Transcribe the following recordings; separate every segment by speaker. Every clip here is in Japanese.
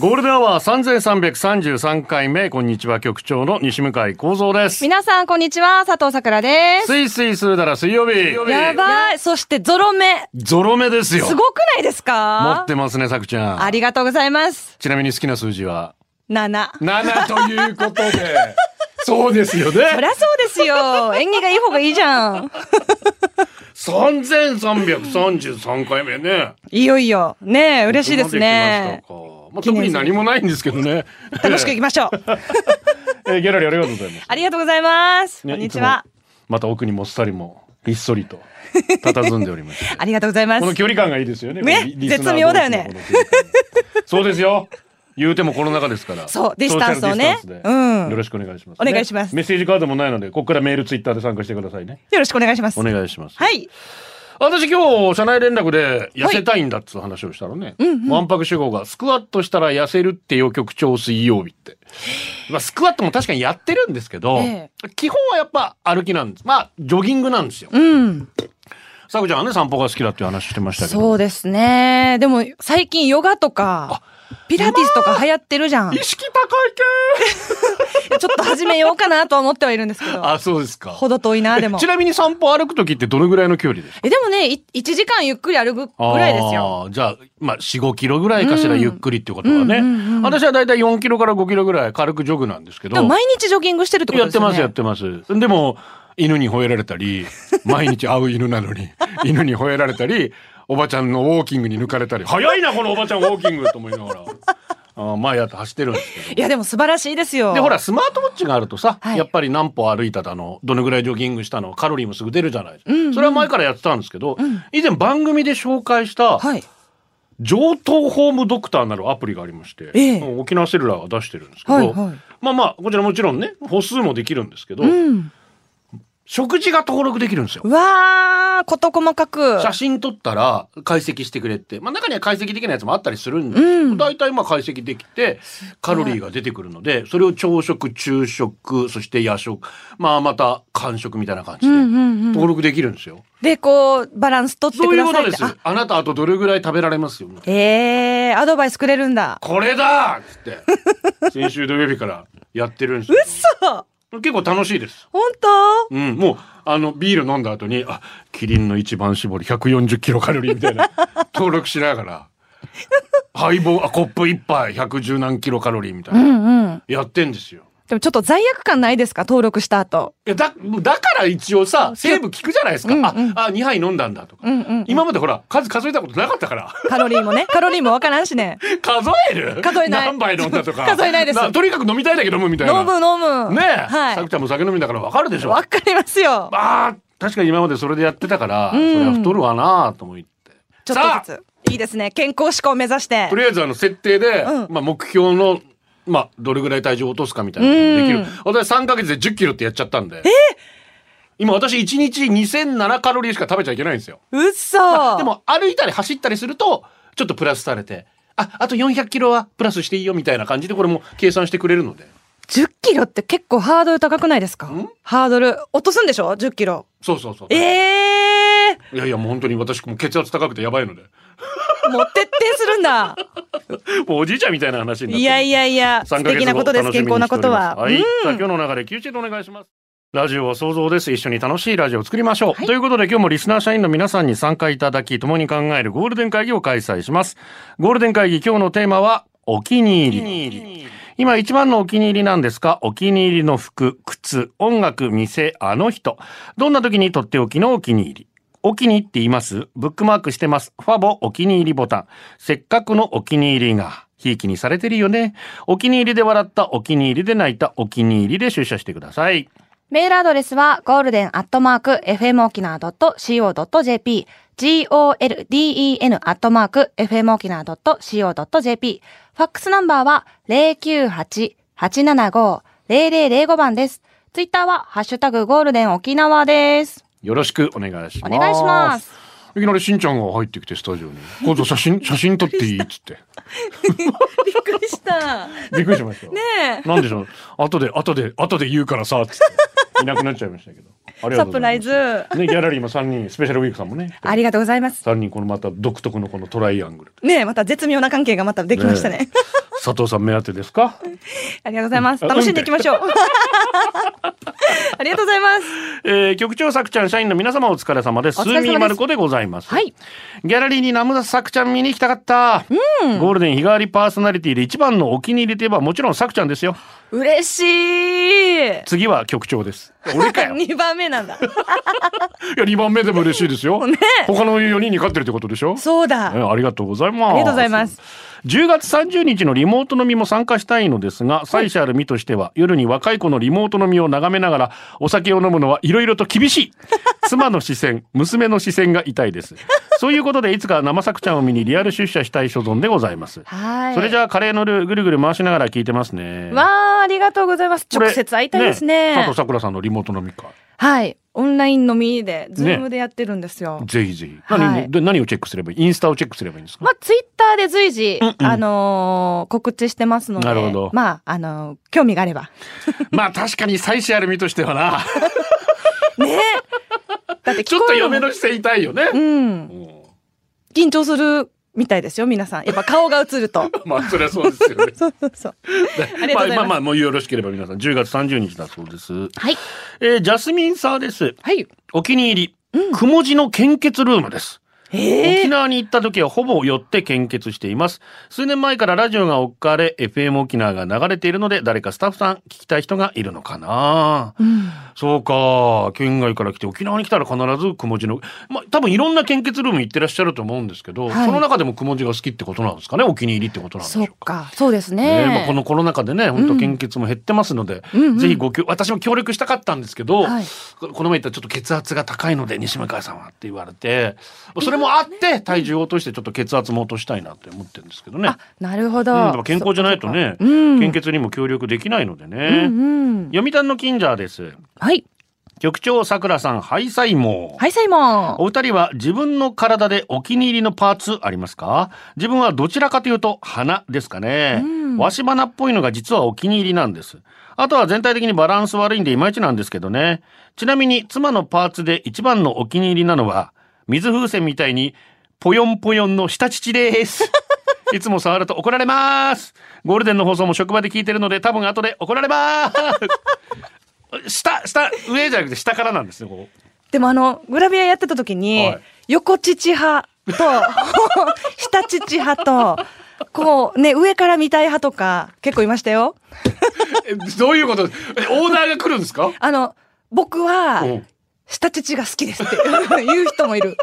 Speaker 1: ゴールデンアワー3333回目、こんにちは、局長の西向井幸三です。
Speaker 2: 皆さん、こんにちは。佐藤さくらです。
Speaker 1: スイスイするなら水曜日。
Speaker 2: やばい。そして、ゾロ目。
Speaker 1: ゾロ目ですよ。
Speaker 2: すごくないです
Speaker 1: 持
Speaker 2: か
Speaker 1: ってますね、さくちゃん。
Speaker 2: ありがとうございます。
Speaker 1: ちなみに好きな数字は
Speaker 2: 7。
Speaker 1: ?7 ということ で。そうですよ
Speaker 2: そ
Speaker 1: ね
Speaker 2: り。ゃそうです よ。演技がいい方がいいじゃん。
Speaker 1: 3333回目ね。
Speaker 2: いよいよ。ねえ、嬉しいですね。
Speaker 1: ここまで来ましたか。まあ、特に何もないんですけどね。
Speaker 2: 楽しくいきましょう。
Speaker 1: えーギャラリーありがとうございます。。
Speaker 2: ありがとうございます。こんにちはい
Speaker 1: つも。また奥にもっさりも、ひっそ りと、佇んでおりまして。
Speaker 2: ありがとうございま
Speaker 1: この
Speaker 2: す。
Speaker 1: 距離感がいいですよね。
Speaker 2: ね
Speaker 1: このリリスナー
Speaker 2: 絶妙だよね
Speaker 1: 同士のこの距離感そうですよ。言うてもコロナ禍ですから。
Speaker 2: そうディスタンスをね
Speaker 1: ソーシャルディスタンスで
Speaker 2: うん
Speaker 1: よろしくお願いします。
Speaker 2: お願いします
Speaker 1: ねメッセージカードもないので、ここからメール、ツイッターで参加してくださいね。
Speaker 2: よろしくお願いします。
Speaker 1: お願いします。
Speaker 2: はい。
Speaker 1: 私今日、社内連絡で痩せたいんだっつう話をしたのね。わんぱく主語が、スクワットしたら痩せるってよ、局長水曜日って。まあ、スクワットも確かにやってるんですけど、
Speaker 2: え
Speaker 1: 基本はやっぱ歩きなんです。まあ、ジョギングなんですよ。
Speaker 2: うん。
Speaker 1: さくちゃんはね、散歩が好きだっていう話してましたけど。
Speaker 2: そうですね。でも、最近ヨガとか、ピラティスとか流行ってるじゃん。ち
Speaker 1: 意識高い系
Speaker 2: ょっと始めようかなとは思ってはいるんですけど。
Speaker 1: あ、そうですか。
Speaker 2: ほど遠いな、でも。
Speaker 1: ちなみに散歩歩くときってどのぐらいの距離ですか
Speaker 2: えでもねい1時間ゆっくり歩 くぐ
Speaker 1: あー
Speaker 2: らいですよ。。
Speaker 1: じゃあ、まあ、4、5キロぐらいかしら、
Speaker 2: うん
Speaker 1: ゆっくりっていうことはね。
Speaker 2: うんうんうん
Speaker 1: 私はだいたい4キロから5キロぐらい軽くジョグなんですけど。
Speaker 2: でも毎日ジョギングしてるってこ
Speaker 1: やっ
Speaker 2: とです
Speaker 1: て
Speaker 2: よ
Speaker 1: ま
Speaker 2: ね。
Speaker 1: す、やってます。でも、犬に吠えられた り、毎日会う犬なのに、犬に吠えられたり、おばちゃんのウォーキングに抜かれたり、早いな、このおばちゃんウォーキングと思いながら。あー毎朝走ってるんですけど。
Speaker 2: いやでも素晴らしいですよ。
Speaker 1: でほらスマートウォッチがあるとさ、
Speaker 2: はい
Speaker 1: やっぱり何歩歩いただのどのぐらいジョギングしたのカロリーもすぐ出るじゃない、それは前からやってたんですけど、以前番組で紹介した
Speaker 2: はい。
Speaker 1: 上等ホームドクターなるアプリがありまして、
Speaker 2: ええ
Speaker 1: うん沖縄セルラーが出してるんですけど、
Speaker 2: はいはい
Speaker 1: まあまあこちらもちろんね歩数もできるんですけど、
Speaker 2: うん。
Speaker 1: 食事が登録できるんですよ
Speaker 2: う。わあ事細かく。
Speaker 1: 写真撮ったら解析してくれって、まあ、中には解析できないやつもあったりするんです
Speaker 2: う
Speaker 1: けど
Speaker 2: ん
Speaker 1: 大体まあ解析できてカロリーが出てくるのでそれを朝食昼食そして夜食まあまた間食みたいな感じ
Speaker 2: うんう
Speaker 1: で
Speaker 2: んうん。
Speaker 1: 登録できるんですよ。
Speaker 2: でこうバランス取って
Speaker 1: そう
Speaker 2: く
Speaker 1: いう
Speaker 2: だ
Speaker 1: こ
Speaker 2: さ
Speaker 1: と
Speaker 2: い
Speaker 1: で
Speaker 2: って。
Speaker 1: す。あなたあとどれぐらい食べられますよ。
Speaker 2: あええアドバイスくれるん だ。
Speaker 1: これだっつって 先週土曜日からやってるんですけ
Speaker 2: そう
Speaker 1: ど結構楽しいです。
Speaker 2: 本当。
Speaker 1: うん、もうあのビール飲んだ後にあキリンの一番搾り140キロカロリーみたい な登録しながらハイボーあコップ一杯110何キロカロリーみたいうな、
Speaker 2: んうん。
Speaker 1: やってんですよ。
Speaker 2: でもちょっと罪悪感ないですか登録した後。
Speaker 1: いやだだから一応さセーブ聞くじゃないですか、
Speaker 2: うんうん
Speaker 1: ああ2杯飲んだんだとか、
Speaker 2: うんうん。
Speaker 1: 今までほら数数えたことなかったから
Speaker 2: カロリーもねカロリーもわからんしね。
Speaker 1: 数える
Speaker 2: 数えない
Speaker 1: 何杯飲んだとか
Speaker 2: 数えないです
Speaker 1: とにかく飲みたいだけ飲むみたいな
Speaker 2: 飲む飲む。
Speaker 1: ねえ、
Speaker 2: は
Speaker 1: さ
Speaker 2: い
Speaker 1: く。ちゃんも酒飲みだからわかるでしょ
Speaker 2: わかりますよ。
Speaker 1: あー確かに今までそれでやってたから、
Speaker 2: ん
Speaker 1: それは太るわなあと思って。
Speaker 2: ちょっとずつ。いいですね。健康志向を目指して
Speaker 1: と。りあえずあの設定で、
Speaker 2: うん
Speaker 1: まあ、目標の、まあ、どれぐらい体重を落とすかみたいなのができる。私3ヶ月で10キロってやっちゃったんで。今私1日2007カロリーしか食べちゃいけないんですよ。
Speaker 2: うっそ。
Speaker 1: でも歩いたり走ったりすると、ちょっとプラスされて、あ、あと400キロはプラスしていいよみたいな感じでこれも計算してくれるので。
Speaker 2: 10キロって結構ハードル高くないですか
Speaker 1: ん
Speaker 2: ハードル落とすんでしょ10キロ
Speaker 1: そうそうそう。
Speaker 2: ええ
Speaker 1: いやいやもう本当に私もう血圧高くてやばいので。
Speaker 2: ー、持ってってする んだ
Speaker 1: もうおじいちゃんみたいな話になってる
Speaker 2: いやいやいや素
Speaker 1: 三ヶ月後
Speaker 2: 敵なことです
Speaker 1: 楽しみ
Speaker 2: 健
Speaker 1: にしてお
Speaker 2: 康
Speaker 1: りま
Speaker 2: なことは、
Speaker 1: はい。
Speaker 2: うん
Speaker 1: さあ今日の流れ、休止でお願いします。ラジオは想像です。一緒に楽しいラジオを作りましょう。ということで今日もリスナー社員の皆さんに参加いただき、共に考えるゴールデン会議を開催します。ゴールデン会議、今日のテーマは、お気に入り。今一番のお気に入りなんですかお気に入りの服、靴、音楽、店、あの人。どんな時にとっておきのお気に入り。お気に入っていますブックマークしてます。ファボお気に入りボタン。せっかくのお気に入りが、ひいきにされてるよね。お気に入りで笑った、お気に入りで泣いた、お気に入りで出社してください。
Speaker 3: メールアドレスはゴールデンアットマーク fmokina.co.jp golden アットマーク fmokina.co.jp ファックスナンバーは098-875-0005番です。
Speaker 4: ツイッターは、ハッシュタグゴールデン沖縄です。
Speaker 1: よろしくお願いし
Speaker 4: お
Speaker 1: ます。
Speaker 4: 願いします。。
Speaker 1: いきなりしんちゃんが入ってきてスタジオに「今度写真写真撮っていい?」っつって
Speaker 2: びっくりした。ね
Speaker 1: びっくりしましたよ
Speaker 2: え。
Speaker 1: なんでしょう後で後で後で言うからさっつっていなくなっちゃいましたけどありが
Speaker 2: サ
Speaker 1: とう
Speaker 2: プ
Speaker 1: ござ
Speaker 2: ラ
Speaker 1: い
Speaker 2: イ
Speaker 1: ます
Speaker 2: ズ。
Speaker 1: ねギャラリーも3人スペシャルウィークさんもね
Speaker 2: ありがとうございます。
Speaker 1: 3人このまた独特のこのトライアングル
Speaker 2: ねえ、また絶妙な関係がまたできましたね。
Speaker 1: ね佐藤さん目当てですか
Speaker 2: ありがとうございます。
Speaker 1: あ
Speaker 2: 楽しんでいきましょう。ありがとうございます。
Speaker 1: えー局長さくちゃん社員の皆様お疲れ様です。
Speaker 4: お
Speaker 1: ス
Speaker 4: 疲れ様
Speaker 1: ー
Speaker 4: です
Speaker 1: ミーマルコでございます。
Speaker 4: はい
Speaker 1: ギャラリーにナムダさくちゃん見に行きたかった。ゴールデン日替わりパーソナリティで一番のお気に入りといえばもちろんさくちゃんですよ。
Speaker 2: 嬉しい。
Speaker 1: 次は局長 です。俺かよ。い
Speaker 2: 二番目なんだ。
Speaker 1: や、2番目でも嬉しいです よ。他の4人に勝ってるってことでしょ
Speaker 2: そうだ。
Speaker 1: えーありがとうございます。
Speaker 2: ありがとうございます。
Speaker 1: 10月30日のリモート飲みも参加したいのですが、サイシャルミとしては、夜に若い子のリモート飲みを眺めながら、お酒を飲むのはいろいろと厳しい。妻の視線、娘の視線が痛いです。そういうことで、いつか生作ちゃんを見にリアル出社したい所存でございます。
Speaker 2: はい。
Speaker 1: それじゃあ、カレーのルーぐるぐる回しながら聞いてますね。
Speaker 2: わあ、ありがとうございます。
Speaker 1: これ
Speaker 2: 直接会いたいですね。
Speaker 1: 佐藤さくらさんのリモート飲み会。
Speaker 2: はい。オンラインのみで、ズームでやってるんですよ。
Speaker 1: ぜひぜひ。
Speaker 2: はい
Speaker 1: 何に、で何をチェックすればいいインスタをチェックすればいいんですか、
Speaker 4: まあ、ツイッターで随時、
Speaker 1: んうん
Speaker 4: あのー告知してますので、
Speaker 1: なるほど
Speaker 4: まあ、あのー興味があれば。
Speaker 1: まあ、確かにサイシャルミとしては な、
Speaker 2: だっ て
Speaker 1: ち
Speaker 2: 聞
Speaker 1: ょ
Speaker 2: こ
Speaker 1: っと
Speaker 2: える
Speaker 1: 嫁
Speaker 2: の
Speaker 1: の視線痛いよね。
Speaker 2: うん。
Speaker 1: うん
Speaker 2: 緊張するみたいですよ、皆さん。やっぱ顔が映る と。
Speaker 1: まあそれはそうですよね。
Speaker 2: そうそうそう。 ありがとうございます
Speaker 1: あまあもうよろしければ皆さん10月30日だそうです。
Speaker 4: はい。
Speaker 1: えージャスミンサーです。
Speaker 2: はい。
Speaker 1: お気に入り、くもじの献血ルームです。
Speaker 2: え
Speaker 1: 沖
Speaker 2: え
Speaker 1: 縄に行った時はほぼ寄って献血しています。数年前からラジオが置かれ、FM 沖縄が流れているので、誰かスタッフさん聞きたい人がいるのかな、そうか。県外から来て、沖縄に来たら必ずくもじの、まあ多分いろんな献血ルーム行ってらっしゃると思うんですけど、
Speaker 2: はい
Speaker 1: その中でもくもじが好きってことなんですかね。お気に入りってことなんでしょ
Speaker 2: そうう
Speaker 1: か。
Speaker 2: か。
Speaker 4: そうです
Speaker 1: ね
Speaker 4: ね。
Speaker 1: まあ、このコロナ禍でね本当献血も減ってますので、ぜひご協私も協力したかったんですけど、
Speaker 4: はい
Speaker 1: ここの前言ったちょっと血圧が高いので西向井さんはって言われてそれもあって体重を落としてちょっと血圧も落としたいなって思ってるんですけどね、
Speaker 4: あ、なるほ
Speaker 1: う
Speaker 4: ど。
Speaker 1: ん、やっぱ健康じゃないとね、
Speaker 4: そうかうん
Speaker 1: 献血にも協力できないので
Speaker 4: うんう
Speaker 1: ね、
Speaker 4: ん。
Speaker 1: 読谷の近所です
Speaker 4: はい。
Speaker 1: 局長さくらさんハイサイモー
Speaker 4: はい、サイモン。
Speaker 1: お二人は自分の体でお気に入りのパーツありますか自分はどちらかというと鼻ですかね。わし鼻っぽいのが実はお気に入りなんです。あとは全体的にバランス悪いんでいまいちなんですけどね。ちなみに妻のパーツで一番のお気に入りなのは水風船みたいにぽよんぽよんの下乳です。いつも触ると怒られます。ゴールデンの放送も職場で聞いてるので多分後で怒られます。下、下、上じゃなくて下からなんですね、こう。
Speaker 2: でもあの、グラビアやってた時に
Speaker 1: はい、
Speaker 2: 横乳派と、 下乳派と、こうね、上から見たい派とか結構いましたよ。
Speaker 1: えどういうことえオーナーが来るんですか
Speaker 2: あの、僕は
Speaker 1: うん、
Speaker 2: 下乳が好きですって 言う人もいる。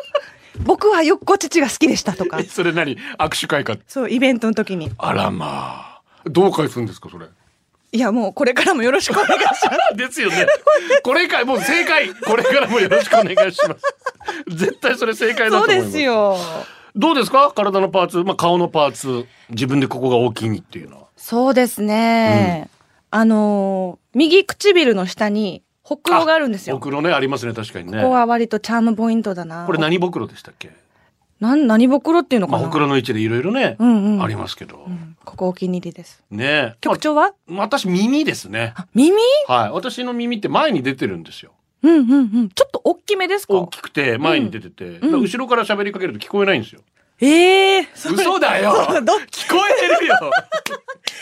Speaker 2: 僕は横乳が好きでしたとか
Speaker 1: え、それ何握手会か
Speaker 2: そう、イベントの時に。
Speaker 1: あらまあどう返すんですかそれ
Speaker 2: いや、もうこれからもよろしくお願いし ます。
Speaker 1: ですよねこれかもう正解これからもよろしくお願いします絶対それ正解だと思
Speaker 2: そう
Speaker 1: います
Speaker 2: ですよ。
Speaker 1: どうですか体のパーツ、まあ、顔のパーツ自分でここが大きいにっていうのは
Speaker 2: そうですね。あのー、右唇の下に、ほくろがあるんですよ。
Speaker 1: ほ
Speaker 2: こ
Speaker 1: くろねありますね確かにね
Speaker 2: こは割とチャームポイントだな。
Speaker 1: これ何ぼくろでしたっけ
Speaker 2: なん、何ぼくろっていうの
Speaker 1: ま
Speaker 2: か
Speaker 1: あ
Speaker 2: な、
Speaker 1: ほくろの位置でいろいろね、
Speaker 2: うんうん
Speaker 1: ありますけど、
Speaker 2: うんここお気に入りです。
Speaker 1: ね
Speaker 2: 局長は、
Speaker 1: まあ私耳ですね
Speaker 2: あ、耳
Speaker 1: はい私の耳って前に出てるんですよ
Speaker 2: うんうんうん。ちょっと大きめです
Speaker 1: 大
Speaker 2: か
Speaker 1: きくて前に出てて、だから後ろから喋りかけると聞こえないんですよ。
Speaker 2: ええーそれ
Speaker 1: 嘘だよ
Speaker 2: ど
Speaker 1: 聞こえて るよ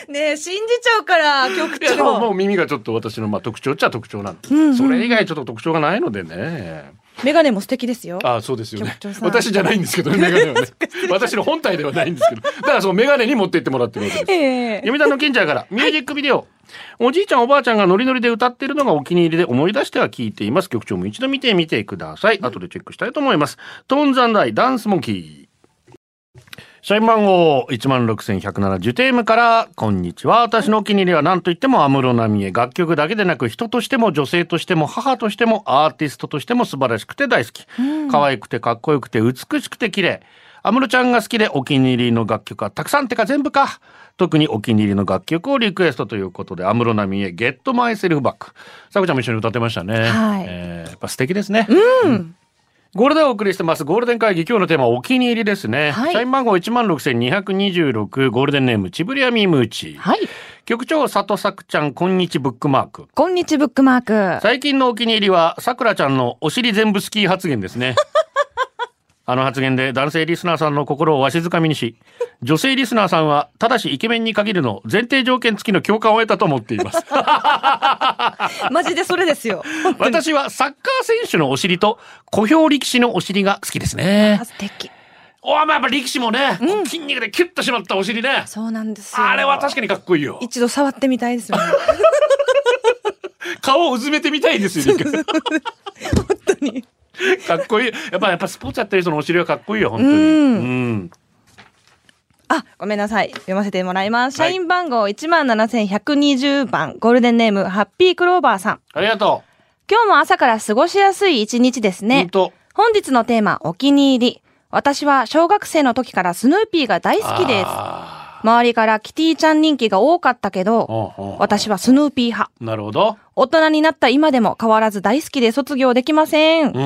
Speaker 2: ねえ、信じちゃうから、局
Speaker 1: いやでもも
Speaker 2: 長。
Speaker 1: う耳がちょっと私のまあ特徴っちゃ特徴なの、
Speaker 2: んうん
Speaker 1: それ以外ちょっと特徴がないのでね
Speaker 2: メガネも素敵ですよ。
Speaker 1: ああそうですよね
Speaker 2: 局長さん
Speaker 1: 私じゃないんですけどねメ ガネはね私の本体ではないんですけどだからそのメガネに持って行ってもらってるわけです
Speaker 2: ええ
Speaker 1: 読谷の賢者からミュージックビデオ、おじいちゃんおばあちゃんがノリノリで歌ってるのがお気に入りで思い出しては聞いています曲調も一度見てみてください後でチェックしたいと思いますトーンザンダイダンスモンキー社員番号16,170テームから、こんにちは。私のお気に入りは何と言っても安室奈美恵。楽曲だけでなく人としても女性としても母としてもアーティストとしても素晴らしくて大好き。可愛くてかっこよくて美しくて綺麗。安室ちゃんが好きでお気に入りの楽曲はたくさんってか全部か。特にお気に入りの楽曲をリクエストということで、安室奈美恵、ゲットマイセルフバック。さこちゃんも一緒に歌ってましたね。
Speaker 2: はい
Speaker 1: えーやっぱ素敵ですね。うんゴールデンをお送りしてます。ゴールデン会議、今日のテーマはお気に入りですね。
Speaker 2: はい
Speaker 1: 社員番号16,226、ゴールデンネーム、チブリアミームーチ。
Speaker 2: はい。
Speaker 1: 局長、佐藤作ちゃん、こんにちブックマーク。
Speaker 2: こんにちブックマーク。
Speaker 1: 最近のお気に入りは、さくらちゃんのお尻全部スキー発言です ね。あの発言で男性リスナーさんの心をわしづかみにし、女性リスナーさんは、ただしイケメンに限るの前提条件付きの共感を得たと思ってい ます。
Speaker 5: マジでそれです よ。
Speaker 1: 私はサッカー選手のお尻と、小兵力士のお尻が好きですね。
Speaker 2: 素敵。
Speaker 1: おまあやっぱ力士もね、筋肉でキュッとしまったお尻ね。
Speaker 2: そうなんですよ。
Speaker 1: あれは確かにかっこいいよ。
Speaker 5: 一度触ってみたいですよね。
Speaker 1: 顔をうずめてみたいですよ、ね、本当
Speaker 5: に。
Speaker 1: かっこいい。やっぱ、やっぱスポーツやってる人のお尻はかっこいいよ、本当に。うん。
Speaker 2: あ、ごめんなさい。読ませてもらいます。
Speaker 1: は
Speaker 2: 社
Speaker 1: い
Speaker 2: 員番号17,120番、ゴールデンネーム、ハッピークローバーさん。
Speaker 1: ありがと
Speaker 2: 今日も朝から過ごしやすい一日です
Speaker 1: う。
Speaker 2: ね。
Speaker 1: 本当。
Speaker 2: 本日のテーマ、お気に入り。私は小学生の時からスヌーピーが大好きです。
Speaker 1: あ
Speaker 2: 周りからキティちゃん人気が多かったけど、
Speaker 1: ーうんうん
Speaker 2: 私はスヌーピー派。
Speaker 1: なるほど。
Speaker 2: 大人になった今でも変わらず大好きで卒業できません
Speaker 1: う。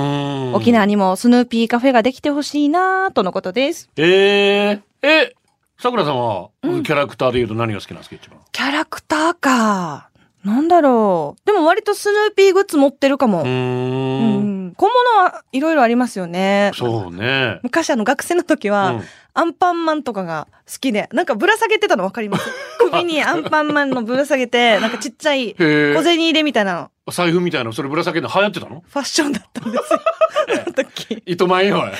Speaker 1: ん。
Speaker 2: 沖縄にもスヌーピーカフェができてほしいなぁとのことです。
Speaker 1: えー、え、さくらさんは、キャラクターで言うと何が好きなんですか、一番。
Speaker 2: キャラクターか。なんだろう。でも割とスヌーピーグッズ持ってるかも。
Speaker 1: う
Speaker 2: う
Speaker 1: ーん。
Speaker 2: ん。小物はいろいろありますよね。
Speaker 1: そうね。
Speaker 5: 昔あの学生の時は、
Speaker 1: うん
Speaker 5: アンパンマンとかが好きで、なんかぶら下げてたのわかり ます首にアンパンマンのぶら下げて、なんかちっちゃい
Speaker 1: へー
Speaker 5: 小銭入れみたいなの、
Speaker 1: 財布みたいなの、それぶら下げるの流行ってたの
Speaker 5: ファッションだったんです よ。その時。
Speaker 1: 糸満よ。おい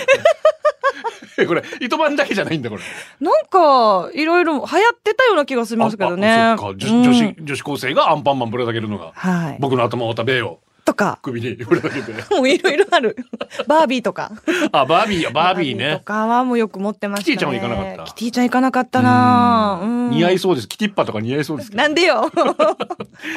Speaker 1: え これ、糸満だけじゃないんだ、これ。
Speaker 2: なんか、いろいろ流行ってたような気がしますけど
Speaker 1: あ
Speaker 2: ね
Speaker 1: あ。そっか女女
Speaker 2: うん
Speaker 1: 子、女子高生がアンパンマンぶら下げるのが、
Speaker 5: はい。
Speaker 1: 僕の頭を食べよう。
Speaker 5: とか、
Speaker 1: 首にぶら下 げて。
Speaker 5: もういろいろあ る。バービーとか。
Speaker 1: あ、バービーや、バービー
Speaker 5: と
Speaker 1: ね。
Speaker 5: かはもうよく持ってました、ね。
Speaker 1: キティちゃんは行かなかった
Speaker 2: キティちゃん行かなかったなぁうん。
Speaker 1: 似合いそうです。キティッパとか似合いそうですけど
Speaker 5: な。んで よ。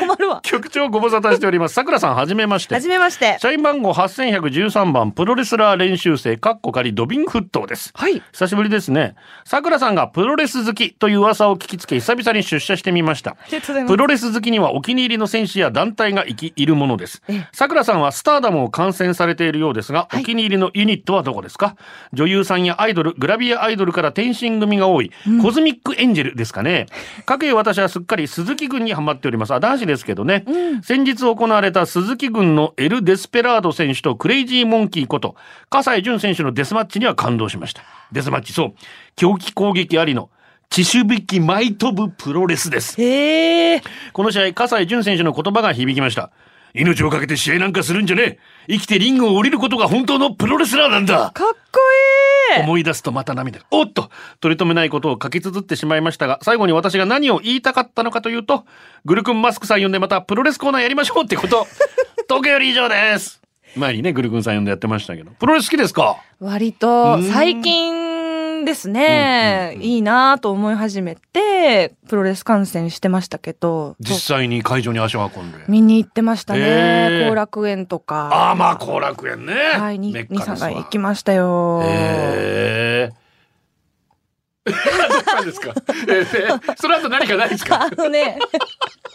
Speaker 5: 困るわ。
Speaker 1: 局長ご無沙汰しております。さくらさん、はじめまして
Speaker 5: は。じめまして。
Speaker 1: 社員番号8113番、プロレスラー練習生、カッコ仮ドビンフットです。
Speaker 5: はい。
Speaker 1: 久しぶりですね。さくらさんがプロレス好きという噂を聞きつけ、久々に出社してみました。
Speaker 5: ありがとうございます
Speaker 1: プ。ロレス好きにはお気に入りの選手や団体がいきいるものです。さくらさんはスターダムを観戦されているようですが、お気に入りのユニットはどこですか女優さんやアイドル、グラビアアイドルから転身組が多い、コズミックエンジェルですかね。かけ私はすっかり鈴木軍にハマっております。あ、男子ですけどね。先日行われた鈴木軍のエル・デスペラード選手とクレイジーモンキーこと、笠井淳選手のデスマッチには感動しました。デスマッチ、そう。狂気攻撃ありの、血種引き舞い飛ぶプロレスです。
Speaker 5: へえ。
Speaker 1: この試合、葛西潤選手の言葉が響きました。命をかけて試合なんかするんじゃねえ生きてリングを降りることが本当のプロレスラーなん
Speaker 5: か
Speaker 1: だ
Speaker 5: っこいい。
Speaker 1: 思い出すとまた涙が。おっと取り留めないことを書き綴ってしまいましたが、最後に私が何を言いたかったのかというと、グルクンマスクさん呼んでまたプロレスコーナーやりましょうって こと。東京より以上です前にね、グルクンさん呼んでやってましたけど。プロレス好きですか
Speaker 2: 割
Speaker 1: う
Speaker 2: と
Speaker 1: ん
Speaker 2: 最近ですね、いいなぁと思い始めて、プロレス観戦してましたけど、
Speaker 1: 実際に会場に足を運んで。
Speaker 2: 見に行ってました
Speaker 1: へ
Speaker 2: ね。
Speaker 1: ー
Speaker 2: 後楽園とか。
Speaker 1: ああ、まあ、後楽園ね。
Speaker 2: はい、に
Speaker 1: メッ
Speaker 2: 2、
Speaker 1: カですわ
Speaker 2: 3回行きましたよ。
Speaker 1: え えどうしたんですか。えーその後何かないですか
Speaker 2: あ。のね、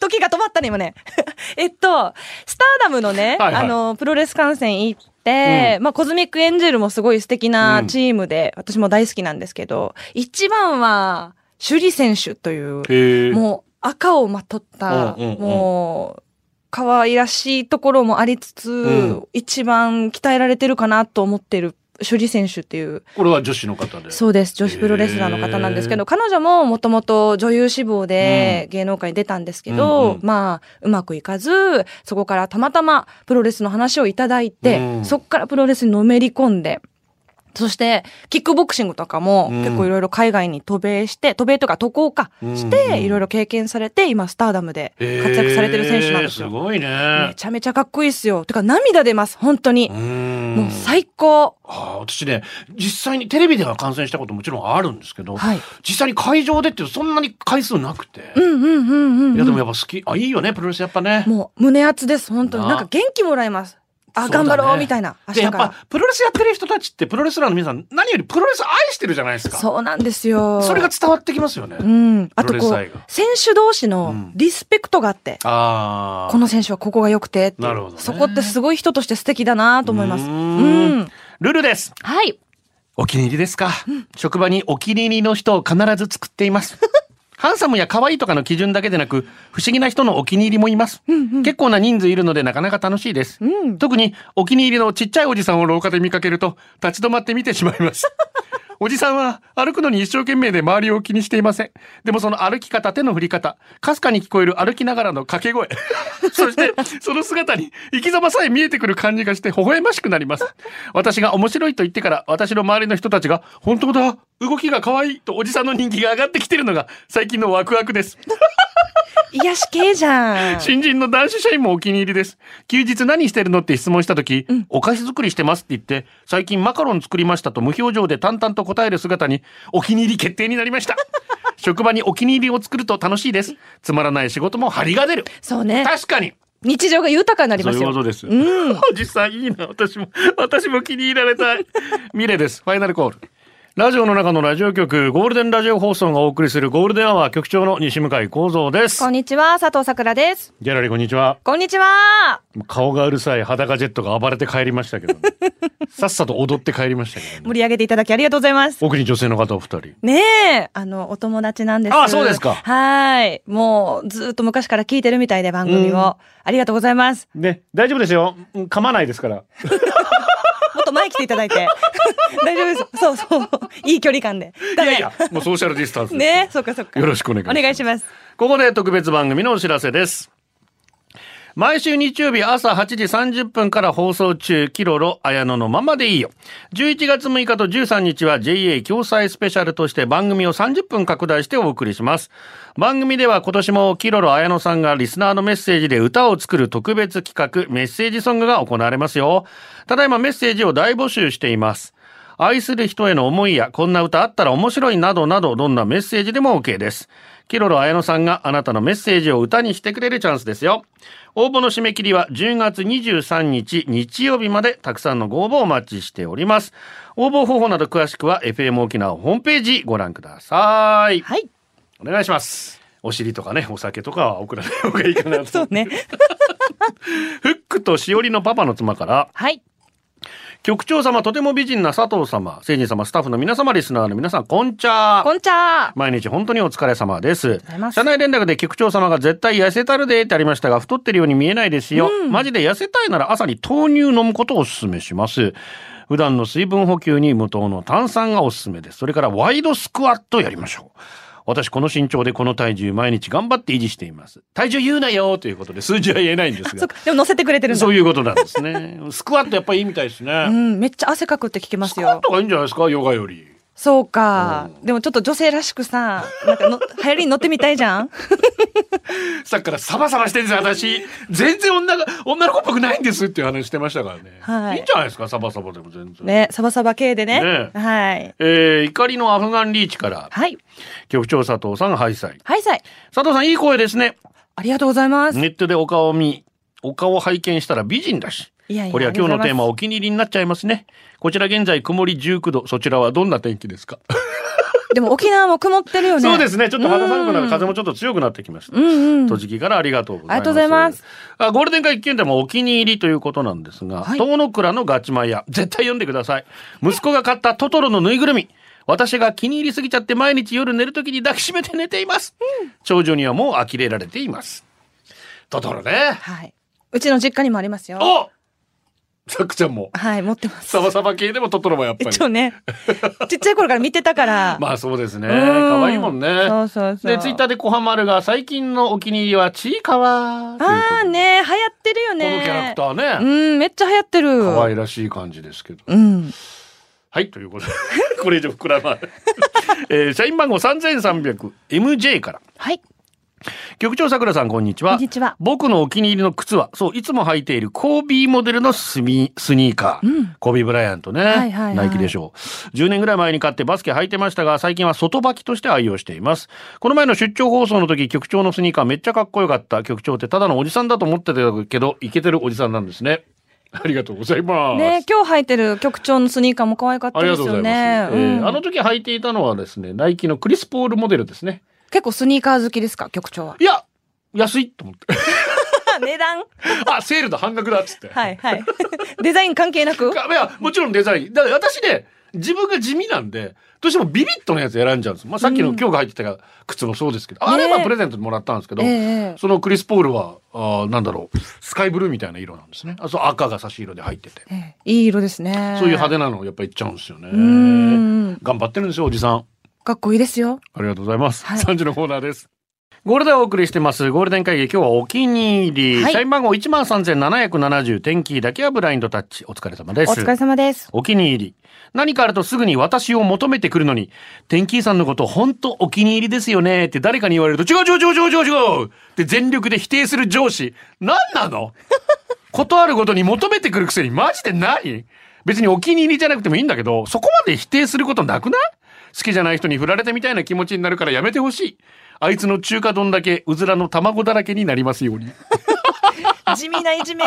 Speaker 2: 時が止まったね、今ね。 えっと、スターダムのね、
Speaker 1: はいはい
Speaker 2: あの、プロレス観戦行って、まあ、コズミックエンジェルもすごい素敵なチームで、私も大好きなんですけど、一番は、シュリ選手という、
Speaker 1: へえ。
Speaker 2: もう赤をまとった、
Speaker 1: うんうんうん
Speaker 2: もう、可愛らしいところもありつつ、
Speaker 1: ん
Speaker 2: 一番鍛えられてるかなと思ってる、シュリ選手っていう
Speaker 1: これは女子の方で。
Speaker 2: そうです。女子プロレスラーの方なんですけ
Speaker 1: へ
Speaker 2: ど、彼女ももともと女優志望で芸能界に出たんですけ
Speaker 1: うん
Speaker 2: ど
Speaker 1: うん、
Speaker 2: まあ、うまくいかず、そこからたまたまプロレスの話をいただいうて、
Speaker 1: ん
Speaker 2: そこからプロレスにのめり込んで、そして、キックボクシングとかも
Speaker 1: うん
Speaker 2: 結構いろいろ海外に渡米して、渡米とか渡航か
Speaker 1: うん
Speaker 2: して、いろいろ経験されて、今スターダムで活
Speaker 1: へー
Speaker 2: 躍されてる選手なんですよ。
Speaker 1: すごいね。
Speaker 2: めちゃめちゃかっこいいっすよ。てか涙出ます、本当に
Speaker 1: う。ん。
Speaker 2: もう最高。
Speaker 1: ああ、私ね、実際にテレビでは観戦したこともちろんあるんですけど、
Speaker 2: はい。
Speaker 1: 実際に会場でってそんなに回数なくて。
Speaker 2: うんうんうんうんうん。
Speaker 1: いや、でもやっぱ好き。あ、いいよね、プロレスやっぱね。
Speaker 2: もう胸熱です、本当に。
Speaker 1: な
Speaker 2: なんか元気もらえます。
Speaker 5: あ、
Speaker 1: そうだ
Speaker 5: 頑
Speaker 1: ね
Speaker 5: 張ろうみたいな。明
Speaker 1: で
Speaker 5: 日
Speaker 1: やっ
Speaker 5: から
Speaker 1: ぱプロレスやってる人たちってプロレスラーの皆さん何よりプロレス愛してるじゃないですか。
Speaker 5: そうなんですよ。
Speaker 1: それが、伝わってきますよね。
Speaker 5: うん。あと
Speaker 1: プ
Speaker 5: こう
Speaker 1: ロレス愛が、
Speaker 5: 選手同士
Speaker 1: う
Speaker 5: の
Speaker 1: ん
Speaker 5: リスペクトがあって、
Speaker 1: ああ。
Speaker 5: この選手はここが良くてっていう
Speaker 1: なるほどね
Speaker 5: そこってすごい人として素敵だなと思います。
Speaker 1: う
Speaker 5: う
Speaker 1: ーん
Speaker 5: ん。
Speaker 1: ルールです。
Speaker 5: はい。
Speaker 1: お気に入りですか、職場にお気に入りの人を必ず作ってい ます。ハンサムや可愛いとかの基準だけでなく、不思議な人のお気に入りもいます。結構な人数いるのでなかなか楽しいです、特にお気に入りのちっちゃいおじさんを廊下で見かけると、立ち止まって見てしまいます。おじさんは歩くのに一生懸命で周りを気にしていません。でもその歩き方、手の振り方、かすかに聞こえる歩きながらの掛け声。 そして、その姿に生き様さえ見えてくる感じがして微笑ましくなります。私が面白いと言ってから、私の周りの人たちが、本当だ、動きが可愛いとおじさんの人気が上がってきてるのが最近のワクワクです。
Speaker 5: 癒し系じゃん。
Speaker 1: 新人の男子社員もお気に入りです。休日何してるのって質問した時、お菓子作りしてますって言って、最近マカロン作りましたと無表情で淡々と答える姿に、お気に入り決定になりま した。職場にお気に入りを作ると楽しいです。つまらない仕事も張りが出る。
Speaker 5: そうね。
Speaker 1: 確かに。
Speaker 5: 日常が豊かになりますよ。
Speaker 1: とです。
Speaker 5: うん。
Speaker 1: おじさんいいな、私も。私も気に入られたい。ミレです。ファイナルコール。ラジオの中のラジオ局、ゴールデンラジオ放送がお送りするゴールデンアワー局長の西向井幸三です
Speaker 2: こ。んにちは、佐藤さくらです。
Speaker 1: ギャラリーこんにちは。
Speaker 2: こんにちは。
Speaker 1: 顔がうるさい裸ジェットが暴れて帰りました けど、ね、さっさと踊って帰りましたけど、ね、
Speaker 2: 盛り上げていただきありがとうございます。
Speaker 1: 奥に女性の方お二人
Speaker 2: ねえ、あの、お友達なんです。
Speaker 1: あそうですか
Speaker 2: はーい。もう、ずっと昔から聞いてるみたいで番組を。
Speaker 1: うん
Speaker 2: ありがとうございます。
Speaker 1: ね大丈夫ですようん噛まないですから
Speaker 2: もっと前来ていただ いて。大丈夫です。そうそう。いい距離感で。
Speaker 1: いやいやもうソーシャルディスタンスです
Speaker 2: ねえ、そっかそっか。
Speaker 1: よろしくお願いします
Speaker 2: お願いします。
Speaker 1: ここで特別番組のお知らせです。毎週日曜日朝8時30分から放送中、キロロ、綾野のままでいいよ。11月6日と13日は JA 共催スペシャルとして番組を30分拡大してお送りします。番組では今年もキロロ、綾野さんがリスナーのメッセージで歌を作る特別企画、メッセージソングが行われますよ。ただいまメッセージを大募集しています。愛する人への思いや、こんな歌あったら面白いなどなど、どんなメッセージでも OK です。キロロ綾乃さんがあなたのメッセージを歌にしてくれるチャンスですよ。応募の締め切りは10月23日日曜日までたくさんのご応募をお待ちしております。応募方法など詳しくは FM 沖縄ホームページご覧ください。
Speaker 2: はい。
Speaker 1: お願いします。お尻とかね、お酒とかは送らない方がいいかなと。
Speaker 2: そうね。
Speaker 1: フックとしおりのパパの妻から、
Speaker 2: はい。
Speaker 1: 局長様、とても美人な佐藤様、成人様、スタッフの皆様、リスナーの皆さん、こんちゃー
Speaker 2: こんちゃー。
Speaker 1: 毎日本当にお疲れ様です
Speaker 2: ざいま。す
Speaker 1: 社内連絡で局長様が絶対痩せたるでってありましたが、太ってるように見えないですよ。マジで痩せたいなら朝に豆乳飲むことをお勧めします。普段の水分補給に無糖の炭酸がおすすめです。それからワイドスクワットやりましょう。私この身長でこの体重毎日頑張って維持しています。体重言うなよということで数字は言えないんです
Speaker 2: そっ
Speaker 1: が。
Speaker 2: か。でも乗せてくれてるんだ。
Speaker 1: そういうことなんですね。スクワットやっぱりいいみたいですね。
Speaker 2: うん、めっちゃ汗かくって聞きま
Speaker 1: ス
Speaker 2: す
Speaker 1: クワッ
Speaker 2: よ。
Speaker 1: トがいいんじゃないですかヨガより。
Speaker 2: そうか。でもちょっと女性らしくさ、なんかの、流行りに乗ってみたいじゃん
Speaker 1: さっきからサバサバしてるんですよ私全然女が女の子っぽくないんですっていう話してましたからね、
Speaker 2: はい
Speaker 1: いんじゃないですかサバサバでも全然、
Speaker 2: ね、サバサバ系でね。
Speaker 1: ね
Speaker 2: はい。
Speaker 1: えー怒りのアフガンリーチから
Speaker 2: はい。
Speaker 1: 局長佐藤さん敗催
Speaker 2: はい、さい。
Speaker 1: 佐藤さんいい声ですね
Speaker 2: ありがとうございます。
Speaker 1: ネットでお顔を見お顔を拝見したら美人だし
Speaker 2: いやいや
Speaker 1: これは今日のテーマ
Speaker 2: ありがとうございます
Speaker 1: お気に入りになっちゃいますねこちら現在曇り19度そちらはどんな天気ですか、
Speaker 2: でも沖縄も曇ってるよね。
Speaker 1: そうですねちょっと肌寒くな
Speaker 2: う
Speaker 1: る
Speaker 2: ん
Speaker 1: 風もちょっと強くなってきました、
Speaker 2: うんうん。
Speaker 1: 栃木からありがとうございます。
Speaker 2: ありがとうございます
Speaker 1: あ。ゴールデン会見でもお気に入りということなんですが、
Speaker 2: はい
Speaker 1: 遠野倉のガチマイヤ、絶対読んでください。息子が買ったトトロのぬいぐるみ。私が気に入りすぎちゃって毎日夜寝るときに抱きしめて寝ています。長女にはもう呆れられています。トトロね。
Speaker 2: はい。うちの実家にもありますよ。
Speaker 1: おさくちゃんも。
Speaker 2: はい、持ってます。
Speaker 1: サバサバ系でもトトロはやっぱり
Speaker 2: 一。応ね、ちっちゃい頃から見てたから。
Speaker 1: まあそうですね。
Speaker 2: うん
Speaker 1: 可愛いもんね。
Speaker 2: そうそうそう。
Speaker 1: で、ツイッターで小浜丸が最近のお気に入りはちいかわということで。
Speaker 2: ああね、流行ってるよ
Speaker 1: こ
Speaker 2: ね。
Speaker 1: のキャラクターね。
Speaker 2: うん、めっちゃ流行ってる。
Speaker 1: 可愛らしい感じですけど。
Speaker 2: うん。
Speaker 1: はい、ということで、 これ以上膨らまない。 えー社員番号 3300MJ から。
Speaker 2: はい。
Speaker 1: 局長さくらさん、こんにちは。
Speaker 2: こんにちは
Speaker 1: 僕のお気に入りの靴は、そう、いつも履いているコービーモデルのスミスニーカー。コービー・ブライアントね、
Speaker 2: いはいはい
Speaker 1: ナイキでしょう。10年ぐらい前に買ってバスケ履いてましたが、最近は外履きとして愛用しています。この前の出張放送の時、局長のスニーカーめっちゃかっこよかった。局長ってただのおじさんだと思ってたけど、イケてるおじさんなんですね。ありがとうございます。
Speaker 2: ね、今日履いてる局長のスニーカーも可愛かった
Speaker 1: ありが
Speaker 2: です
Speaker 1: とうござい
Speaker 2: よ
Speaker 1: ます。え
Speaker 2: ね。
Speaker 1: ー
Speaker 2: うん
Speaker 1: あの時履いていたのはですね、ナイキのクリスポールモデルですね。
Speaker 2: 結構スニーカー好きですか、局長
Speaker 1: 。
Speaker 2: は
Speaker 1: いや、安いと思って。
Speaker 2: 値段。
Speaker 1: あ、セールだ、半額だっつって。
Speaker 2: はいはい。 デザイン関係なく。
Speaker 1: かいや、もちろんデザイン。だから私ね、自分が地味なんで、どうしてもビビッとのやつ選んじゃうんです。まあさっきの今日が入ってた靴もそうですけど、あれは
Speaker 2: ねえ
Speaker 1: プレゼントでもらったんですけど、
Speaker 2: ええ
Speaker 1: そのクリス・ポールは、あーなんだろう、スカイブルーみたいな色なんですね。あそう赤が差し色で入ってて。
Speaker 2: ええいい色ですね。
Speaker 1: そういう派手なのをやっぱいっちゃうんですよね。
Speaker 2: ん
Speaker 1: 頑張ってるんですよ、おじさん。
Speaker 2: かっこいいですよ。
Speaker 1: ありがとうございます。
Speaker 2: はい
Speaker 1: 3時のコーナーです。ゴールデンお送りしてます。ゴールデン会議、今日はお気に入り。
Speaker 2: はい
Speaker 1: 社員番号13,770、天気だけはブラインドタッチ。お疲れ様で
Speaker 2: お
Speaker 1: す。
Speaker 2: 疲れ 様です。
Speaker 1: お気に入り。何かあるとすぐに私を求めてくるのに、天気さんのこと本当お気に入りですよねって誰かに言われると、違う違う違う違う違う違うって全力で否定する上司。何なのことあるごとに求めてくるくせにマジで何別にお気に入りじゃなくてもいいんだけど、そこまで否定することなくない好きじゃない人に振られたみたいな気持ちになるからやめてほしい。あいつの中華丼だけ、うずらの卵だらけになりますように。
Speaker 2: 地味ないじめ。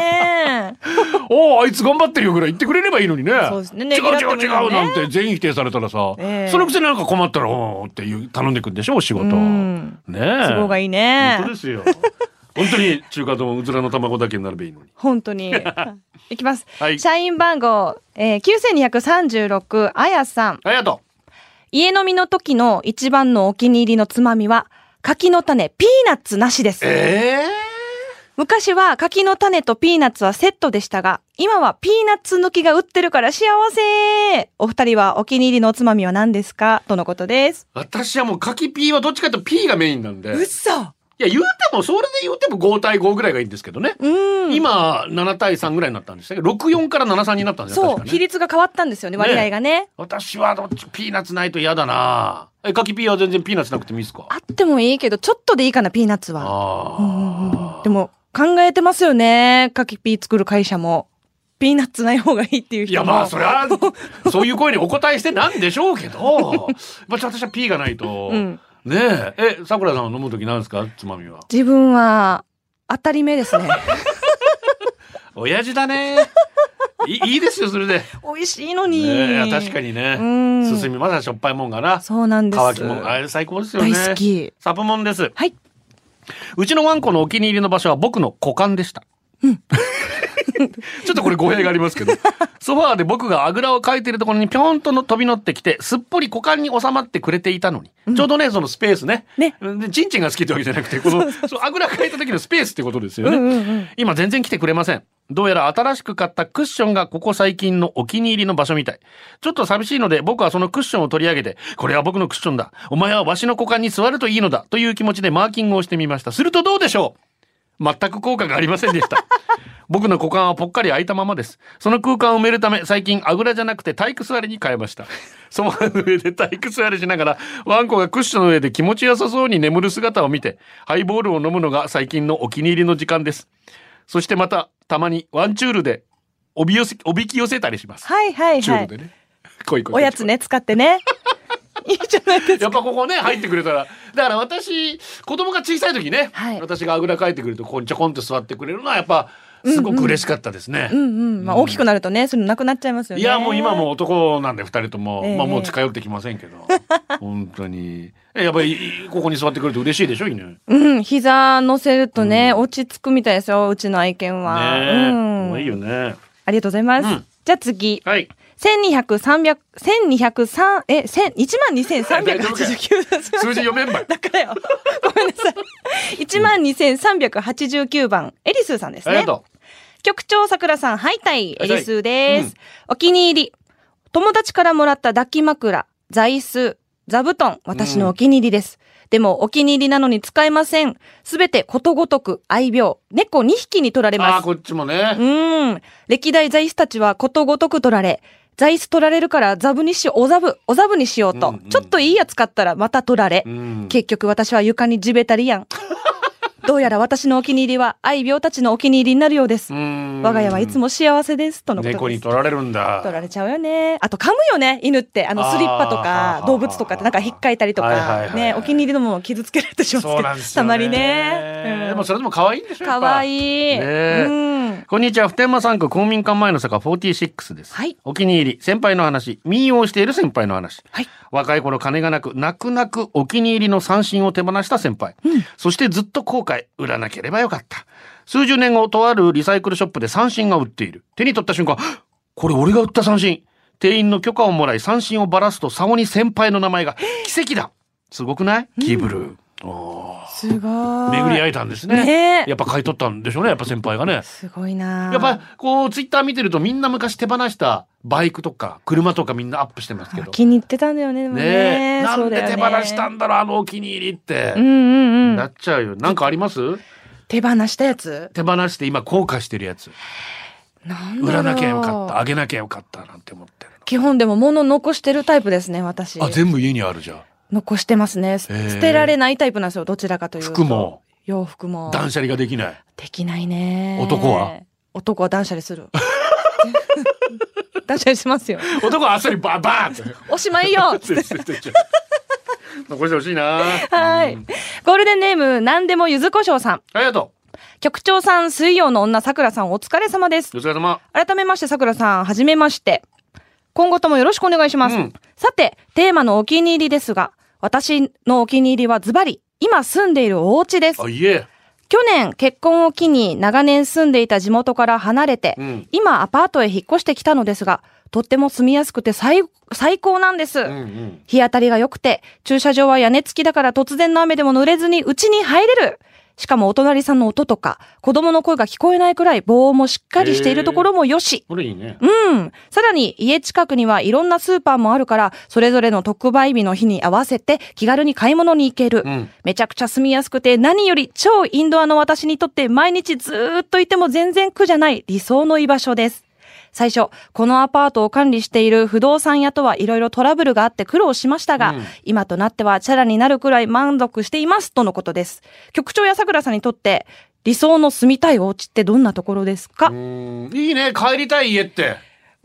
Speaker 1: おおあいつ頑張ってるよぐらい言ってくれればいいのにね
Speaker 2: そうですねね
Speaker 1: 違う
Speaker 2: ぎらって
Speaker 1: 違う違
Speaker 2: もいいの
Speaker 1: う
Speaker 2: にね
Speaker 1: なんて全員否定されたらさ、
Speaker 2: ええ
Speaker 1: そのくせなんか困ったらおおっていう頼んでくんでしょお仕事、
Speaker 2: うん
Speaker 1: ねえ
Speaker 2: 都合がいいね
Speaker 1: 本当ですよ本当に中華丼うずらの卵だけになればいいのに
Speaker 2: 本 当に。いきます。
Speaker 1: はい
Speaker 2: 社員番号、えー、9236、あやさん。
Speaker 1: ありがと
Speaker 2: 家飲みの時の一番のお気に入りのつまみは、柿の種、ピーナッツなしです。
Speaker 1: うええ
Speaker 2: 昔は柿の種とピーナッツはセットでしたが、今はピーナッツ抜きが売ってるから幸せお二人はお気に入りのおつまみは何ですかとのことです。
Speaker 1: 私はもう柿ピーはどっちかというとピーがメインなんでい
Speaker 2: そ
Speaker 1: や言うてもそれで言うても5対5ぐらいがいいんですけどね、
Speaker 2: うん。
Speaker 1: 今7対3ぐらいになったんですけど64から73になったんですよ
Speaker 2: そう、
Speaker 1: 確かね
Speaker 2: 比率が変わったんですよね、
Speaker 1: ね
Speaker 2: 割合がね。
Speaker 1: 私はどっちピーナッツないと嫌だなえ柿ピーは全然ピーナッツなくてもいいですか
Speaker 2: あってもいいけど、ちょっとでいいかな、ピーナッツは。
Speaker 1: あ
Speaker 2: でも、考えてますよね、柿ピー作る会社も。ピーナッツない方がいいっていう
Speaker 1: いや
Speaker 2: 人も。
Speaker 1: まあそり ゃそういう声にお答えしてなんでしょうけ どまあ私は P がないと、
Speaker 2: うん
Speaker 1: ねええさくらさんは飲む時なんですかつまみは
Speaker 2: 自分は、当たり目で すね。
Speaker 1: 親父だね いいいですよそれで、
Speaker 2: 美味しいの
Speaker 1: ね
Speaker 2: に。
Speaker 1: えいや確かにね
Speaker 2: うん
Speaker 1: 進みますしょっぱいもんがな
Speaker 2: そうなんです。
Speaker 1: 乾きもんあれ最高ですよね
Speaker 2: 大好き。
Speaker 1: サプモンです
Speaker 2: はい。
Speaker 1: うちのワンコのお気に入りの場所は僕の股間でした。 ちょっとこれ語弊がありますけ ど。ソファーで僕があぐらをかいてるところにぴょんとの飛び乗ってきて、すっぽり股間に収まってくれていたのに。ちょうどね、そのスペースね。
Speaker 2: ね
Speaker 1: で、ちんちんが好きってわけじゃなくて、この、 そうあぐらかいた時のスペースってことですよね。今全然来てくれません。どうやら新しく買ったクッションがここ最近のお気に入りの場所みたい。ちょっと寂しいので僕はそのクッションを取り上げて、これは僕のクッションだ。お前はわしの股間に座るといいのだ。という気持ちでマーキングをしてみました。するとどうでしょう全く効果がありませんでした。 僕の股間はぽっかり空いたままです。その空間を埋めるため、最近あぐらじゃなくて体育座りに変えました。ソファーの上で体育座りしながら、ワンコがクッションの上で気持ちよさそうに眠る姿を見て、ハイボールを飲むのが最近のお気に入りの時間です。そしてまた、たまにワンチュールで、おびよせ、おびき寄せたりします。
Speaker 2: はいはい
Speaker 1: チュ
Speaker 2: は
Speaker 1: ー
Speaker 2: い
Speaker 1: ル。でね。こいこいこい
Speaker 2: おやつね、使っ てね。いいじゃないですか。
Speaker 1: やっぱここね、入ってくれたら。だから私、子供が小さい時ね、
Speaker 2: はい
Speaker 1: 私があぐらかいてくると、ここにちょこんと座ってくれるのは、やっぱ、すごく嬉しかったですね。
Speaker 2: うんうん。まあ大きくなるとね、それなくなっちゃいますよね。
Speaker 1: いや、もう今。も男なんで、二人とも、
Speaker 2: ええ
Speaker 1: まあもう近寄ってきませんけど、 本当に。えやっぱり、ここに座ってくれて嬉しいでしょ、犬。ね
Speaker 2: うん、膝乗せるとね、落ち着くみたいですよ、うちの愛犬は。
Speaker 1: え、
Speaker 2: うん
Speaker 1: もういいよね。
Speaker 2: ありがとうございます。
Speaker 1: うん
Speaker 2: じゃあ次。
Speaker 1: はい。
Speaker 2: 1200、300、1203、え、1000、12389。すいません
Speaker 1: 数字読めんば い。
Speaker 2: だからよ。ごめんなさい。12389番、エリスーさんです
Speaker 1: あり
Speaker 2: ね
Speaker 1: が。と
Speaker 2: 局長さくらさん、ハイタイ、
Speaker 1: ハイ
Speaker 2: エ
Speaker 1: タイ
Speaker 2: リスーです、
Speaker 1: うん
Speaker 2: お気に入り。友達からもらった抱き枕、座椅子、座布団、私のお気に入りです。でも、お気に入りなのに使えません。すべてことごとく愛病。猫2匹に取られ
Speaker 1: う。
Speaker 2: ます
Speaker 1: ああ、。こっちもね
Speaker 2: う。ーん。歴代座椅子たちはことごとく取られ、座椅子取られるから座布にしよう、お座布、お座布にしようと。
Speaker 1: うんうん
Speaker 2: ちょっといいやつ買ったらまた取られ。
Speaker 1: うん。
Speaker 2: 結局私は床に地べたりやん。どうやら私のお気に入りは愛病たちのお気に入りになるようです。
Speaker 1: うん
Speaker 2: 我が家はいつも幸せです。とのことです。
Speaker 1: 猫に取られるんだ。
Speaker 2: 取られちゃうよね。あと噛むよね、犬って。あの、
Speaker 1: あー
Speaker 2: スリッパとか、動物とかってなんか引っかいたりと
Speaker 1: はいはいはい
Speaker 2: か
Speaker 1: は、い
Speaker 2: ね、お気に入りのものを傷つけられてしまうんです
Speaker 1: そう
Speaker 2: けど
Speaker 1: なんですよ、ね。
Speaker 2: たまにね。
Speaker 1: でもそれでも可愛いんでしょやっぱ
Speaker 2: かわいい。
Speaker 1: ねえ
Speaker 2: うん。
Speaker 1: こんにちは、普天間産区公民館前の坂46です。
Speaker 2: はい
Speaker 1: お気に入り、先輩の話、民謡をしている先輩の話。
Speaker 2: はい
Speaker 1: 若い頃金がなく、泣く泣くお気に入りの三振を手放した先輩。そしてずっと後悔、売らなければよかった。数十年後、とあるリサイクルショップで三振が売っている。手に取った瞬間、はっこれ俺が売った三振。店員の許可をもらい三振をばらすと、竿に先輩の名前が、奇跡だすごくないキーブルー。
Speaker 2: すごい。
Speaker 1: 巡り会えたんですね
Speaker 2: ねえ
Speaker 1: やっぱ買い取ったんでしょうねやっぱ先輩がね
Speaker 2: すごいな。
Speaker 1: やっぱこうツイッター見てるとみんな昔手放したバイクとか車とかみんなアップしてますけど
Speaker 2: 気に入ってたんだよね。でも
Speaker 1: ね
Speaker 2: ね
Speaker 1: えな
Speaker 2: そ
Speaker 1: ん
Speaker 2: うだ
Speaker 1: で
Speaker 2: よね
Speaker 1: 手放したんだろうあのお気に入りって
Speaker 2: うん、うんう。
Speaker 1: なんっちゃうよなんかあります
Speaker 2: 手放したやつ。
Speaker 1: 手放して今後悔してるやつ
Speaker 2: なんだろう
Speaker 1: 売らなきゃよかったあげなきゃよかったなんて思ってる
Speaker 2: 基本でも物残してるタイプですね、私
Speaker 1: のあ。全部家にあるじゃん
Speaker 2: 残してますね。捨
Speaker 1: へえ
Speaker 2: てられないタイプなんですよ、どちらかというと。
Speaker 1: 服も
Speaker 2: 洋服も。
Speaker 1: 断捨離ができない
Speaker 2: できないね。
Speaker 1: 男は
Speaker 2: 男は断捨離する。 断捨離しますよ。
Speaker 1: 男はあっさりバーバーンって
Speaker 2: おしま いよ
Speaker 1: 捨ててっちゃう残してほしいな
Speaker 2: はい。ゴールデンネーム、なんでもゆずこしょうさん。
Speaker 1: ありがと
Speaker 2: 局長さん、水曜の女、さくらさん、お疲れ様です
Speaker 1: うお。疲れ様
Speaker 2: 改めまして、さくらさん、はじめまして。今後ともよろしくお願いします。
Speaker 1: うん
Speaker 2: さて、テーマのお気に入りですが、私のお気に入りはズバリ、今住んでいるお家です
Speaker 1: あ。いえ
Speaker 2: 去年、結婚を機に長年住んでいた地元から離れて、
Speaker 1: うん
Speaker 2: 今アパートへ引っ越してきたのですが、とっても住みやすくて最最高なんです。
Speaker 1: うんうん
Speaker 2: 日当たりが良くて、駐車場は屋根付きだから突然の雨でも濡れずに家に入れる。しかもお隣さんの音とか、子供の声が聞こえないくらい防音もしっかりしているところもよし。
Speaker 1: これいいね
Speaker 2: うん。さらに家近くにはいろんなスーパーもあるから、それぞれの特売日の日に合わせて気軽に買い物に行ける。
Speaker 1: うん
Speaker 2: めちゃくちゃ住みやすくて何より超インドアの私にとって毎日ずーっといても全然苦じゃない理想の居場所です。最初、このアパートを管理している不動産屋とはいろいろトラブルがあって苦労しましたが、
Speaker 1: うん
Speaker 2: 今となってはチャラになるくらい満足していますとのことです。局長や桜さんにとって理想の住みたいお家ってどんなところですか
Speaker 1: う、ーんいいね帰りたい家って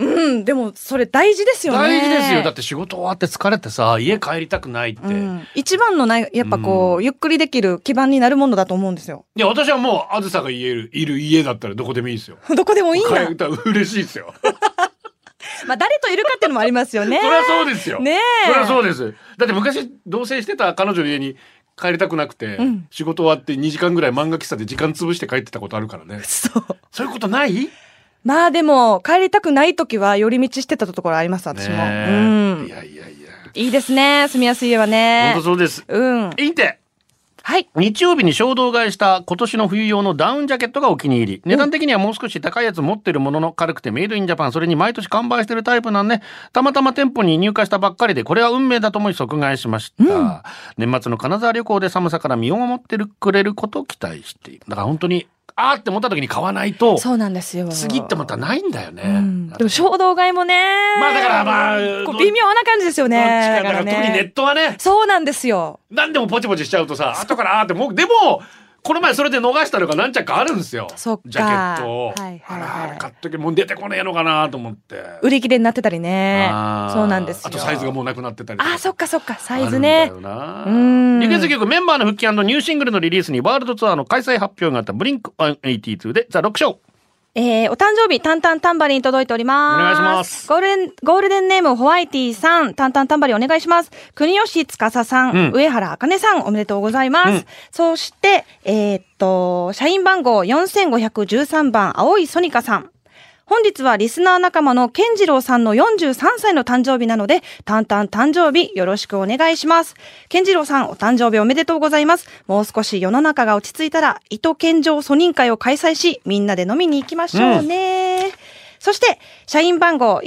Speaker 2: うん、でもそれ大事ですよね。
Speaker 1: 大事ですよだって仕事終わって疲れてさ家帰りたくないって、
Speaker 2: う
Speaker 1: い
Speaker 2: ん、一番のない、やっぱこう、ゆっくりできる基盤になるものだと思うんですよ。
Speaker 1: や私はもうあずさが言えるいる家だったらどこでもいいですよ
Speaker 2: どこでもいいんだ。
Speaker 1: 帰ったら嬉しいです よ
Speaker 2: まあ、誰といるかっていうのもありますよね。
Speaker 1: そりゃそうですよ
Speaker 2: ねえ
Speaker 1: そりゃそうですだって昔同棲してた彼女の家に帰りたくなくて、
Speaker 2: ん
Speaker 1: 仕事終わって2時間ぐらい漫画喫茶で時間潰して帰ってたことあるからね
Speaker 2: そう。
Speaker 1: そういうことない
Speaker 2: まあでも、帰りたくない時は寄り道してたところあります、私も。
Speaker 1: ね
Speaker 2: う
Speaker 1: え
Speaker 2: ん
Speaker 1: い。やいやいや
Speaker 2: いいですね。住みやすい家は
Speaker 1: 本
Speaker 2: ね
Speaker 1: 当。そうです
Speaker 2: うん。
Speaker 1: いいって
Speaker 2: はい。
Speaker 1: 日曜日に衝動買いした今年の冬用のダウンジャケットがお気に入り値段的にはもう少し高いやつ持ってるものの軽くてメイドインジャパンそれに毎年完売してるタイプなんでたまたま店舗に入荷したばっかりでこれは運命だと思い即買いしました、年末の金沢旅行で寒さから身を守ってるくれることを期待しているだから本当にあーって思った時に買わないと
Speaker 2: そうなんですよ。
Speaker 1: 次ってまたないんだよね、
Speaker 2: うんでも衝動買いもね。
Speaker 1: まあだからまあ
Speaker 2: こう微妙な感じですよ
Speaker 1: ど
Speaker 2: ね。
Speaker 1: っちかだから
Speaker 2: ね
Speaker 1: 特にネットはね
Speaker 2: そうなんですよ。
Speaker 1: 何でもポチポチしちゃうとさ後からあーってもうでもこの前それで逃したのが何着かあるんですよ
Speaker 2: そっか
Speaker 1: ジャケットを、
Speaker 2: はいはいはい
Speaker 1: あらあれ買っとけもう出てこねえのかなと思って
Speaker 2: 売り切れになってたりね
Speaker 1: あ。ー
Speaker 2: そうなんですよ。
Speaker 1: あとサイズがもうなくなってたりとか
Speaker 2: あ、そっかそっか。サイズね
Speaker 1: あ。るんだよな
Speaker 2: うん
Speaker 1: リクエスト曲メンバーの復帰ニューシングルのリリースにワールドツアーの開催発表があったブリンク182でザ・ロックショー
Speaker 2: えー、お誕生日、タンタンタンバリン届いております。
Speaker 1: お願いします
Speaker 2: ゴールデン、ゴールデンネーム、ホワイティさん、タンタンタンバリンお願いします。国吉司さん、
Speaker 1: うん
Speaker 2: 上原茜さん、おめでとうございます。
Speaker 1: うん
Speaker 2: そして、えーっと、社員番号4513番、青いソニカさん。本日はリスナー仲間の健次郎さんの43歳の誕生日なので、タンタン誕生日よろしくお願いします。健次郎さん、お誕生日おめでとうございます。もう少し世の中が落ち着いたら、伊藤健常蘇認会を開催し、みんなで飲みに行きましょうね。そして、社員番号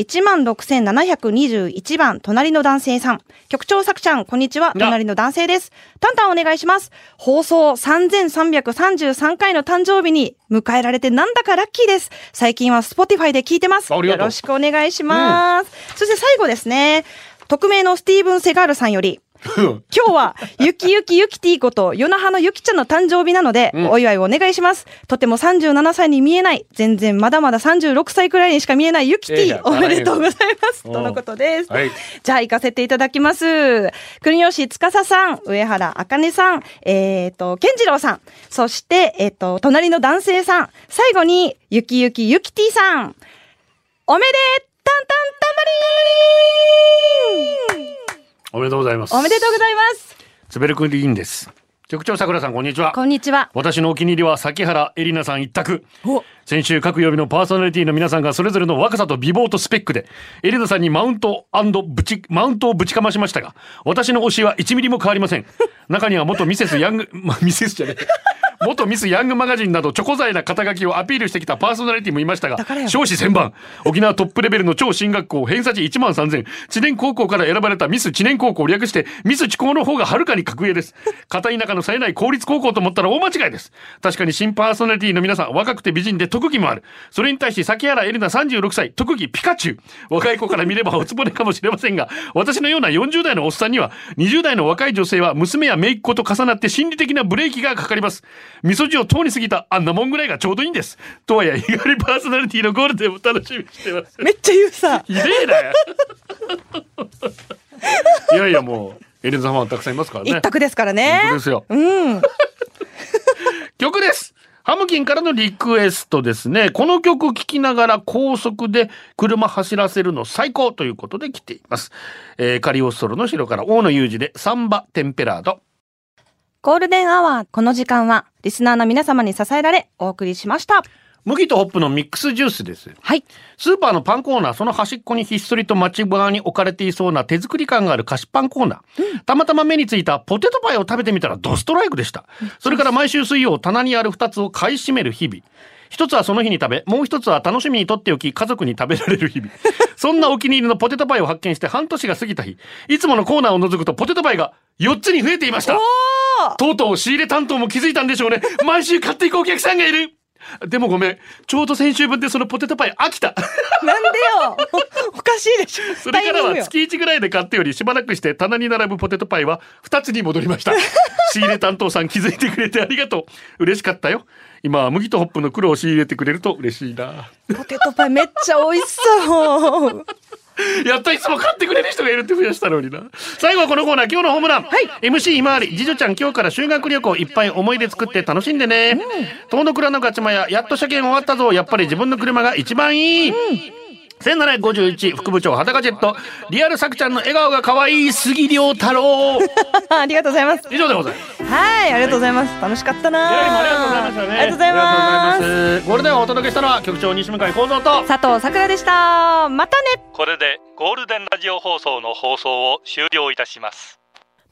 Speaker 2: 16,721番、隣の男性さん。局長さくちゃん、こんにちは。隣の男性です。タンタンお願いします。放送3333回の誕生日に迎えられてなんだかラッキーです。最近は Spotify で聞いてます。
Speaker 1: あ
Speaker 2: よ
Speaker 1: りがとう
Speaker 2: ろしくお願いします。そして最後ですね。匿名のスティーブン・セガールさんより、
Speaker 1: うん
Speaker 2: 今日は、ゆきゆきゆきティーこと、ヨナハのゆきちゃんの誕生日なので、
Speaker 1: うん
Speaker 2: お祝いをお願いします。とても37歳に見えない、全然まだまだ36歳くらいにしか見えないゆき
Speaker 1: い
Speaker 2: ティ
Speaker 1: や
Speaker 2: ー、おめでとうございます。
Speaker 1: うん
Speaker 2: とのことです。
Speaker 1: はい。
Speaker 2: じゃあ行かせていただきます。国吉司さん、上原茜さん、えっ、と、健次郎さん、そして、えっ、と、隣の男性さん、最後に、ゆきゆきゆきてぃさん、おめでたんたんたまり
Speaker 1: おめでとうございます。
Speaker 2: ーんおめでとうございます。
Speaker 1: つべるくんりんです。局長さくらさん、こんにちは。
Speaker 2: こんにちは。
Speaker 1: 私のお気に入りは崎原エリナさん一択先週各曜日のパーソナリティの皆さんがそれぞれの若さと美貌とスペックでエリナさんにマウントぶちマウントをぶちかましましたが私の推しは1ミリも変わりません中には元ミセスヤング、 ま、ミセスじゃない元ミスヤングマガジンなどチョコ材な肩書きをアピールしてきたパーソナリティもいましたが少子千番沖縄トップレベルの超進学校偏差値1万3000知念高校から選ばれたミス知念高校を略してミス知高の方がはるかに格上です片田舎の冴えない公立高校と思ったら大間違いです確かに新パーソナリティの皆さん若くて美人で特技もあるそれに対して崎原エリナ36歳特技ピカチュウ若い子から見ればおつぼねかもしれませんが私のような40代のおっさんには20代の若い女性は娘や姪っ子と重なって心理的なブレーキがかかります味噌汁を通り過ぎたあんなもんぐらいがちょうどいいんですとはいえ日替わりパーソナリティのゴールデンを楽しみにしてます
Speaker 5: めっちゃ言うさ。
Speaker 1: ひでえな いやいやもうエリナ様はたくさんいますからね
Speaker 5: 一択ですからね
Speaker 1: 本。当ですよ
Speaker 5: うん。
Speaker 1: 曲ですハムキンからのリクエストですね。この曲聴きながら高速で車走らせるの最高ということで来ています。えーカリオストロの城から大野裕二でサンバテンペラード。
Speaker 2: ゴールデンアワー、この時間は、リスナーの皆様に支えられ、お送りしました。
Speaker 1: 麦とホップのミックスジュースです。
Speaker 2: はい。
Speaker 1: スーパーのパンコーナー、その端っこにひっそりと街側に置かれていそうな手作り感がある菓子パンコーナー。たまたま目についたポテトパイを食べてみたらドストライクでした。それから毎週水曜、棚にある2つを買い占める日々。一つはその日に食べ、もう一つは楽しみにとっておき、家族に食べられる日々。そんなお気に入りのポテトパイを発見して半年が過ぎた日、いつものコーナーを覗くとポテトパイが4つに増えていました。とうとう仕入れ担当も気づいたんでしょうね。毎週買っていくお客さんがいる。でもごめん。ちょうど先週分でそのポテトパイ飽きた。
Speaker 5: なんでよ。 おかしいでしょ。
Speaker 1: それから
Speaker 5: タイミン
Speaker 1: は
Speaker 5: グよ
Speaker 1: 月1ぐらいで買ってよりしばらくして棚に並ぶポテトパイは2つに戻りました。仕入れ担当さん気づいてくれてありがとう。嬉しかったよ。今は麦とホップの黒を仕入れてくれると嬉しいな。
Speaker 5: ポテトパイめっちゃ美味しそう。
Speaker 1: やっといつも買ってくれる人がいるって増やしたのにな。最後はこのコーナー、今日のホームラン。MC ひまわり、次女ちゃん今日から修学旅行いっぱい思い出作って楽しんでね。遠野倉のガチマヤ、やっと車検終わったぞ。やっぱり自分の車が一番いい。1751副部長裸ジェットリアルさくちゃんの笑顔が可愛い杉良 太郎
Speaker 5: ありがとうございます。
Speaker 1: 以上でございます
Speaker 5: はい、ありがとうございます。楽しかったな。ありがとうございま。
Speaker 1: ありがとうございますすゴールデンをお届けしたのは局長西向井光三と
Speaker 2: 佐藤さくらでした。またね
Speaker 6: これでゴールデンラジオ放送の放送を終了いたします